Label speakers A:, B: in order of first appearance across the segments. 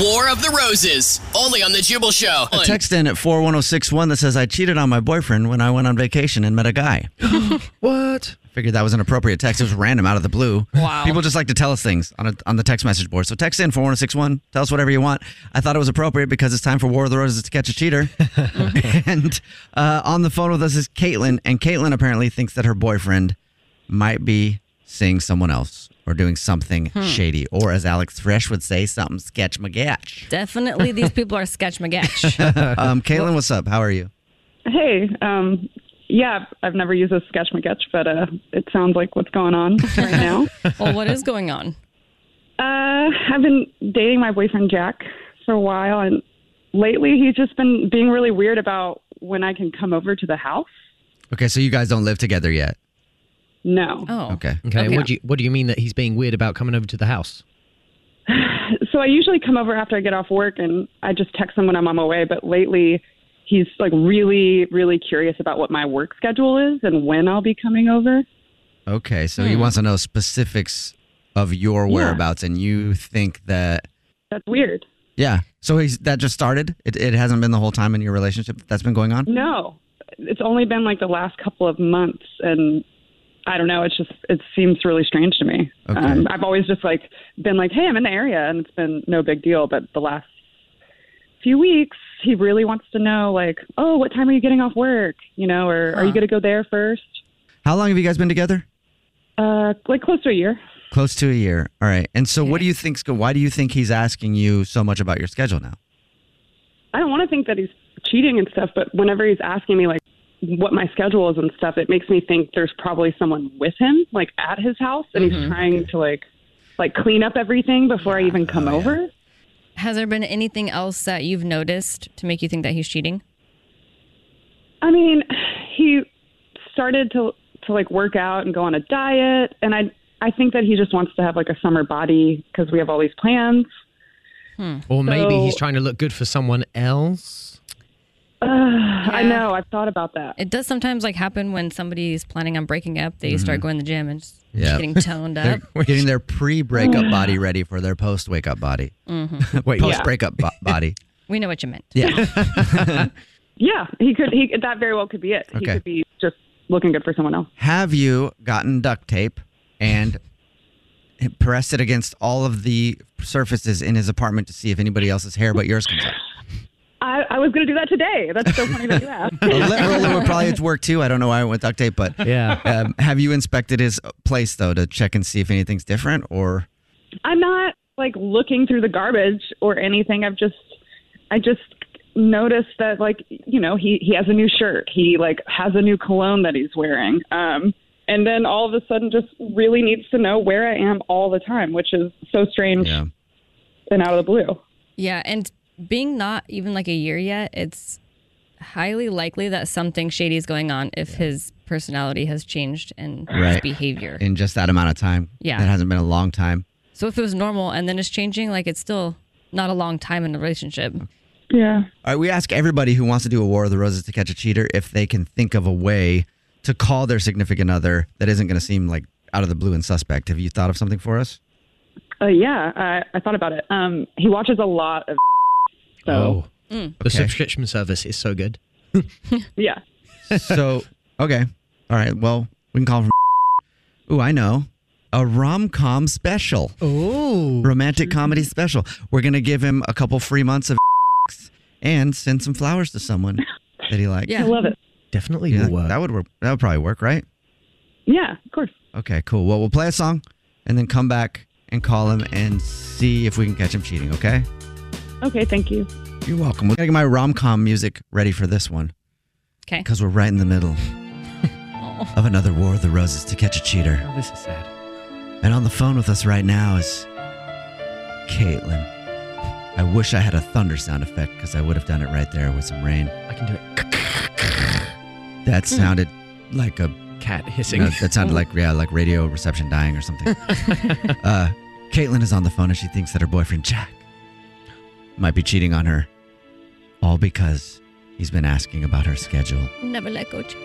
A: War of the Roses, only on The Jubal Show.
B: A text in at 41061 that says, I cheated on my boyfriend when I went on vacation and met a guy.
C: What?
B: Figured that was an appropriate text. It was random out of the blue.
A: Wow.
B: People just like to tell us things on, a, on the text message board. So text in 41061. Tell us whatever you want. I thought it was appropriate because it's time for War of the Roses to catch a cheater. and uh, on the phone with us is Caitlin. And Caitlin apparently thinks that her boyfriend might be seeing someone else or doing something shady. Or as Alex Fresh would say, something sketch magach.
D: Definitely, these people are sketch magach.
B: um, Caitlin, what's up? How are you?
E: Hey, um, yeah, I've never used this sketch sketch, but uh, it sounds like what's going on right now.
D: well, what is going on?
E: Uh, I've been dating my boyfriend Jack for a while, and lately he's just been being really weird about when I can come over to the house.
B: Okay, so you guys don't live together yet.
E: No,
D: Oh,
B: Okay.
C: Okay. What do you What do you mean that he's being weird about coming over to the house?
E: so I usually come over after I get off work, and I just text him when I'm on my way. But lately, he's like really, really curious about what my work schedule is and when I'll be coming over. Hmm.
B: Okay, so he wants to know specifics of your whereabouts, and you think that
E: That's weird.
B: yeah. So he's that just started. It, it hasn't been the whole time in your relationship that that's been going on.
E: No, it's only been like the last couple of months, and I don't know. It's just it seems really strange to me.
B: Okay.
E: Um, I've always just like been like, hey, I'm in the area, and it's been no big deal. But the last few weeks, he really wants to know, like, oh, what time are you getting off work? You know, or are you going to go there first?
B: How long have you guys been together?
E: Uh, like close to a year.
B: Close to a year. All right. And so, what do you think's go? Why do you think he's asking you so much about your schedule now?
E: I don't want to think that he's cheating and stuff, but whenever he's asking me like what my schedule is and stuff, it makes me think there's probably someone with him, like at his house, and he's trying to like like clean up everything before I even come over.
D: has there been anything else that you've noticed to make you think that he's cheating?
E: I mean, he started to to like work out and go on a diet, and I I think that he just wants to have like a summer body because we have all these plans.
C: Or maybe he's
E: So-
C: trying to look good for someone else.
E: Ugh, I
D: Yeah.
E: know. I've thought about that.
D: It does sometimes like happen when somebody's planning on breaking up. They start going to the gym and just
B: Yeah.
D: getting toned up.
B: They're getting their pre-breakup body ready for their post-wake-up body.
C: Wait,
B: Post-breakup bo- body.
D: Mm-hmm. we know what you meant.
B: Yeah.
E: Yeah, he could. He that very well could be it. He
B: Okay.
E: could be just looking good for someone else.
B: Have you gotten duct tape and pressed it against all of the surfaces in his apartment to see if anybody else's hair but yours comes out?
E: I, I was going to do that today. That's so funny that you asked.
B: A lint roller would probably work too. I don't know why I went duct tape, but
C: Yeah.
B: Um, have you inspected his place though to check and see if anything's different or?
E: I'm not like looking through the garbage or anything. I've just, I just noticed that like you know he he has a new shirt. He like has a new cologne that he's wearing. Um, and then all of a sudden, just really needs to know where I am all the time, which is so strange
B: Yeah.
E: and out of the blue.
D: Yeah, and being not even like a year yet, it's highly likely that something shady is going on if his personality has changed and his
B: Right.
D: behavior.
B: in just that amount of time.
D: Yeah.
B: That hasn't been a long time.
D: so if it was normal and then it's changing, like it's still not a long time in a relationship.
E: Yeah.
B: All right, we ask everybody who wants to do a War of the Roses to catch a cheater if they can think of a way to call their significant other that isn't going to seem like out of the blue and suspect. Have you thought of something for us?
E: Uh, yeah, I, I thought about it. Um, he watches a lot of. So
C: Oh.
E: Mm.
C: The
B: Okay.
C: subscription service is so good.
E: yeah,
B: so okay, all right. Well, we can call from. Ooh, I know, a rom com special.
C: Ooh,
B: romantic comedy special. We're gonna give him a couple free months of and send some flowers to someone that he likes.
E: Yeah. I love it.
C: Definitely
B: will work. That would work. That would probably work, right?
E: yeah, of course.
B: Okay, cool. Well, we'll play a song and then come back and call him and see if we can catch him cheating. Okay.
E: Okay, thank you.
B: You're welcome. We're gonna get my rom com music ready for this one.
D: 'Kay.
B: Because we're right in the middle of another War of the Roses to catch a cheater.
C: Oh, this is sad.
B: And on the phone with us right now is Caitlin. I wish I had a thunder sound effect because I would have done it right there with some rain.
C: I can do it. Hmm.
B: That sounded like a
C: Cat hissing.
B: No, that sounded like yeah, like radio reception dying or something. uh, Caitlin is on the phone and she thinks that her boyfriend Jack might be cheating on her, all because he's been asking about her schedule.
D: Never let go. Jack.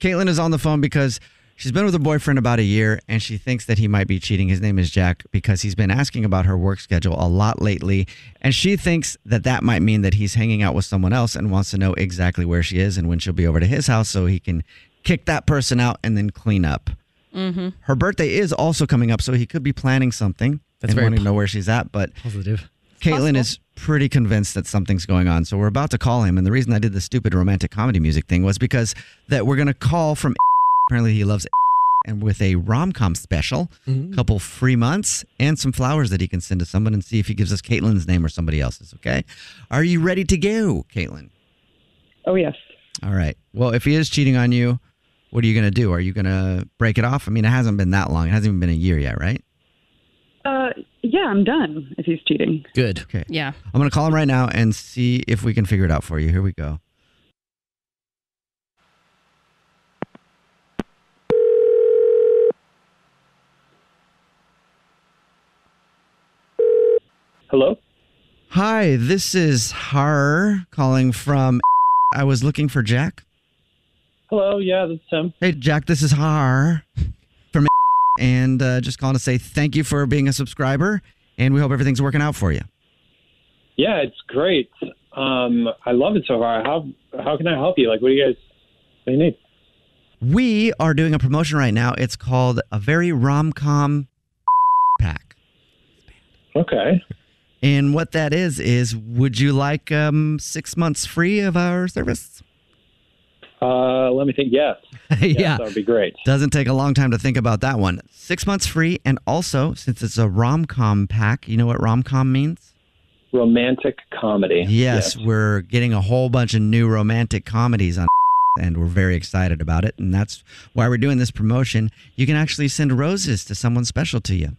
B: Caitlin is on the phone because she's been with her boyfriend about a year and she thinks that he might be cheating. His name is Jack because he's been asking about her work schedule a lot lately. And she thinks that that might mean that he's hanging out with someone else and wants to know exactly where she is and when she'll be over to his house so he can kick that person out and then clean up.
D: Mm-hmm.
B: Her birthday is also coming up, so he could be planning something.
C: That's
B: and
C: very
B: wanting to
C: po-
B: know where she's at, but
C: Positive.
B: Caitlin is pretty convinced that something's going on. So we're about to call him. And the reason I did the stupid romantic comedy music thing was because that we're going to call from apparently he loves and with a rom-com special,
C: Mhm.
B: couple free months and some flowers that he can send to someone and see if he gives us Caitlin's name or somebody else's. Okay. Are you ready to go, Caitlin?
E: Oh yes.
B: All right. Well, if he is cheating on you, what are you going to do? Are you going to break it off? I mean, it hasn't been that long. It hasn't even been a year yet, right?
E: Uh, yeah, I'm done. If he's cheating,
C: Good.
B: Okay.
D: Yeah.
B: I'm going to call him right now and see if we can figure it out for you. Here we go.
F: Hello?
B: Hi, this is Har calling from. I was looking for Jack.
F: Hello, yeah, this is Tim.
B: Hey, Jack, this is Har from. And uh, just calling to say thank you for being a subscriber, and we hope everything's working out for you.
F: Yeah, it's great. Um, I love it so far. How how can I help you? Like, what do you guys what do you need?
B: We are doing a promotion right now. It's called a very rom com pack.
F: Okay.
B: And what that is is, would you like um, six months free of our service?
F: Uh, let me think. Yes. Yes,
B: Yeah.
F: that would be great.
B: Doesn't take a long time to think about that one. Six months free, and also since it's a rom com pack, you know what rom com means?
F: Romantic comedy.
B: Yes, we're getting a whole bunch of new romantic comedies on and we're very excited about it and that's why we're doing this promotion. You can actually send roses to someone special to you.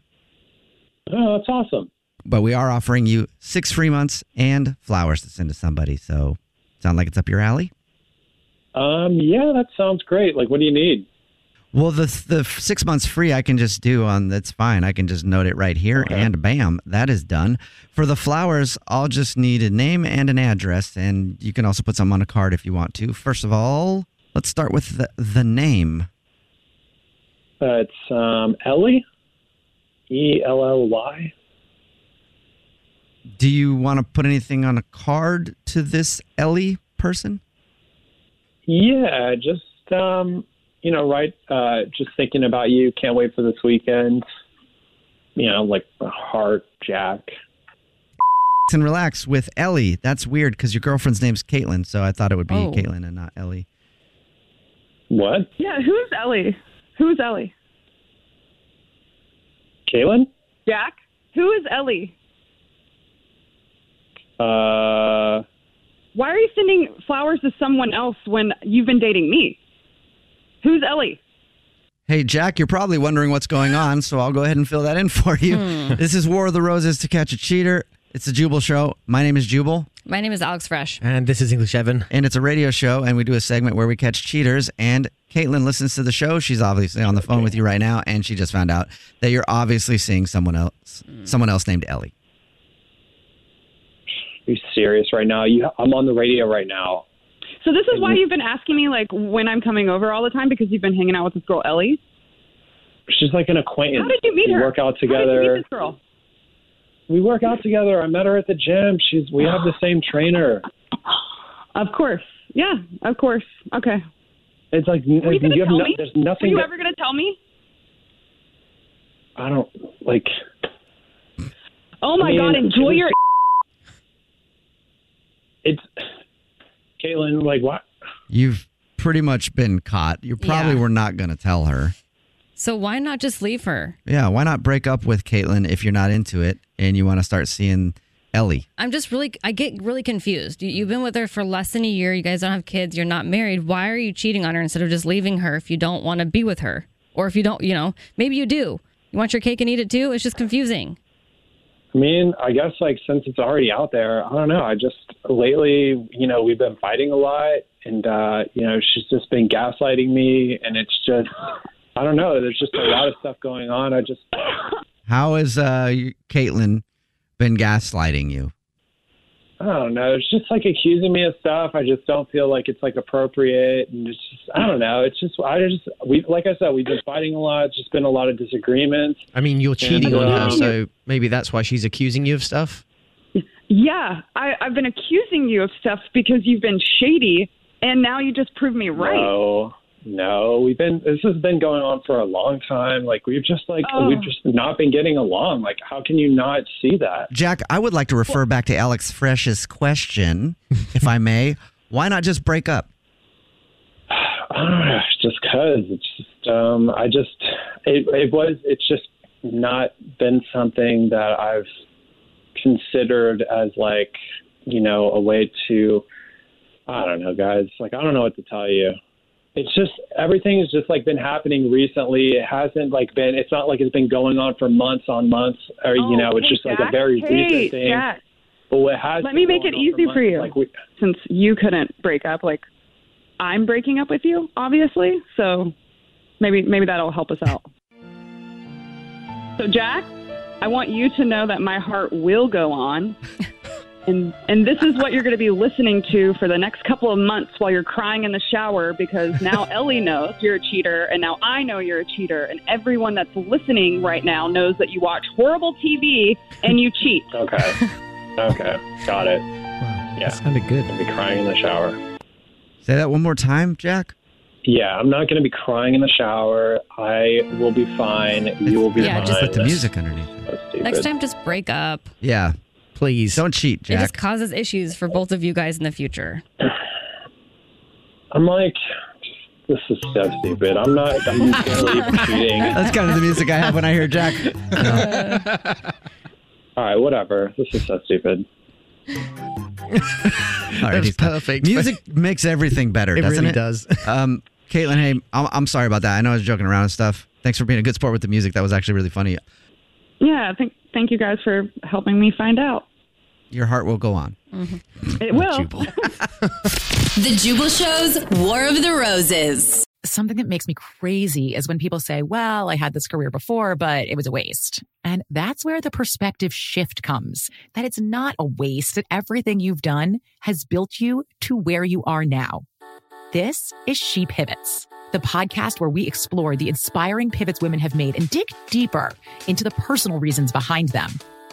F: Oh, that's awesome.
B: But we are offering you 6 free months and flowers to send to somebody. So, sound like it's up your alley?
F: Um, yeah, that sounds great. Like, what do you need?
B: Well, the the 6 months free I can just do on that's fine. I can just note it right here and bam, that is done. For the flowers, I'll just need a name and an address and you can also put something on a card if you want to. First of all, let's start with the, the name.
F: Uh, it's um, Ellie, E L L Y.
B: Do you want to put anything on a card to this Ellie person?
F: Yeah, Uh, just um, you know, right. Uh, just thinking about you. Can't wait for this weekend. You know, like heart, Jack.
B: And relax with Ellie. That's weird because your girlfriend's name's Caitlin, so I thought it would be
E: Oh.
B: Caitlin and not Ellie.
F: What?
E: Yeah, who's Ellie? Who's Ellie?
F: Caitlin?
E: Jack? Who is Ellie?
F: Uh,
E: Why are you sending flowers to someone else when you've been dating me? Who's Ellie?
B: Hey, Jack, you're probably wondering what's going on, so I'll go ahead and fill that in for you.
D: Hmm.
B: This is War of the Roses to Catch a Cheater. It's a Jubal show. My name is Jubal.
D: My name is Alex Fresh.
B: And this is English Evan. And it's a radio show, and we do a segment where we catch cheaters. And Caitlin listens to the show. She's obviously on the phone with you right now, and she just found out that you're obviously seeing someone else, someone else named Ellie.
F: Are you serious right now? You, I'm on the radio right now.
E: So this is why you've been asking me like when I'm coming over all the time because you've been hanging out with this girl Ellie.
F: She's like an acquaintance.
E: How did you meet
F: we
E: her?
F: Work out
E: How did you meet
F: together.
E: this girl?
F: We work out together. I met her at the gym. She's we have the same trainer.
E: Of course. Yeah, of course. Okay.
F: It's like
E: Were you
F: like,
E: gonna
F: have
E: tell
F: no-
E: me?
F: there's
E: Are
F: nothing.
E: you
F: that-
E: ever gonna tell me?
F: I don't like.
E: Oh my
F: I mean,
E: god, enjoy
F: it
E: your
F: It's Caitlin. Like what?
B: You've pretty much been caught. You probably
D: Yeah.
B: were not going to tell her.
D: So why not just leave her?
B: Yeah, why not break up with Caitlin if you're not into it and you want to start seeing Ellie?
D: I'm just really, I get really confused. You, you've been with her for less than a year. You guys don't have kids. You're not married. Why are you cheating on her instead of just leaving her if you don't want to be with her? Or if you don't, you know, maybe you do. You want your cake and eat it too? It's just confusing.
F: I mean, I guess like since it's already out there, I don't know. I just lately, you know, we've been fighting a lot, and uh, you know, she's just been gaslighting me, and it's just, I don't know. There's just a lot of stuff going on. I just,
B: How has uh, you- Caitlin been gaslighting you?
F: I don't know. It's just like accusing me of stuff. I just don't feel like it's like appropriate, and it's just, I don't know. It's just, I just, we like I said, we've been fighting a lot. It's just been a lot of disagreements.
C: I mean, you're
F: Yeah,
C: cheating on her,
F: um,
C: so maybe that's why she's accusing you of stuff.
E: Yeah, I, I've been accusing you of stuff because you've been shady and now you just prove me right.
F: No, no, we've been. This has been going on for a long time. Like we've just like
E: Oh.
F: we've just not been getting along. Like how can you not see that?
B: Jack, I would like to refer back to Alex Fresh's question, if I may. Why not just break up?
F: I don't know, just cause it's just um I just it it was it's just not been something that I've considered as like you know a way to I don't know guys like I don't know what to tell you. It's just everything has just like been happening recently. It hasn't like been it's not like it's been going on for months on months or you know it's
E: Oh, hey,
F: just like a
E: Jack.
F: very
E: Hey,
F: recent thing.
E: Jack.
F: But what has
E: Let me make it easy for you.
F: Like we,
E: Since you couldn't break up, like I'm breaking up with you, obviously. So maybe maybe that'll help us out. so Jack, I want you to know that my heart will go on. And, and this is what you're going to be listening to for the next couple of months while you're crying in the shower because now Ellie knows you're a cheater, and now I know you're a cheater, and everyone that's listening right now knows that you watch horrible TV and you cheat.
F: okay. okay. Got it. yeah.
C: sounded good.
F: I'll be crying in the shower.
B: Say that one more time, Jack.
F: Yeah, I'm not going to be crying in the shower. I will be fine. You will be
D: Yeah,
F: fine.
D: just let the
B: music underneath.
D: Next time, just break up.
B: Yeah. Please. Don't cheat,
D: It
B: Jack.
D: just causes issues for both of you guys in the future.
F: I'm like, this is so stupid. I'm not. I'm just going to leave cheating.
B: That's kind of the music I have when I hear Jack.
F: All right, whatever. This is so stupid.
B: That's perfect. Music makes everything better,
C: It
B: doesn't
C: really
B: it?
C: does.
B: um, Caitlin, hey, I'm, I'm sorry about that. I know I was joking around and stuff. Thanks for being a good sport with the music. That was actually really funny.
E: Yeah, thank thank you guys for helping me find out.
B: Your heart will go on.
E: It will.
G: The Jubal Show's War of the Roses.
H: Something that makes me crazy is when people say, well, I had this career before, but it was a waste. And that's where the perspective shift comes that it's not a waste, that everything you've done has built you to where you are now. This is She Pivots, the podcast where we explore the inspiring pivots women have made and dig deeper into the personal reasons behind them.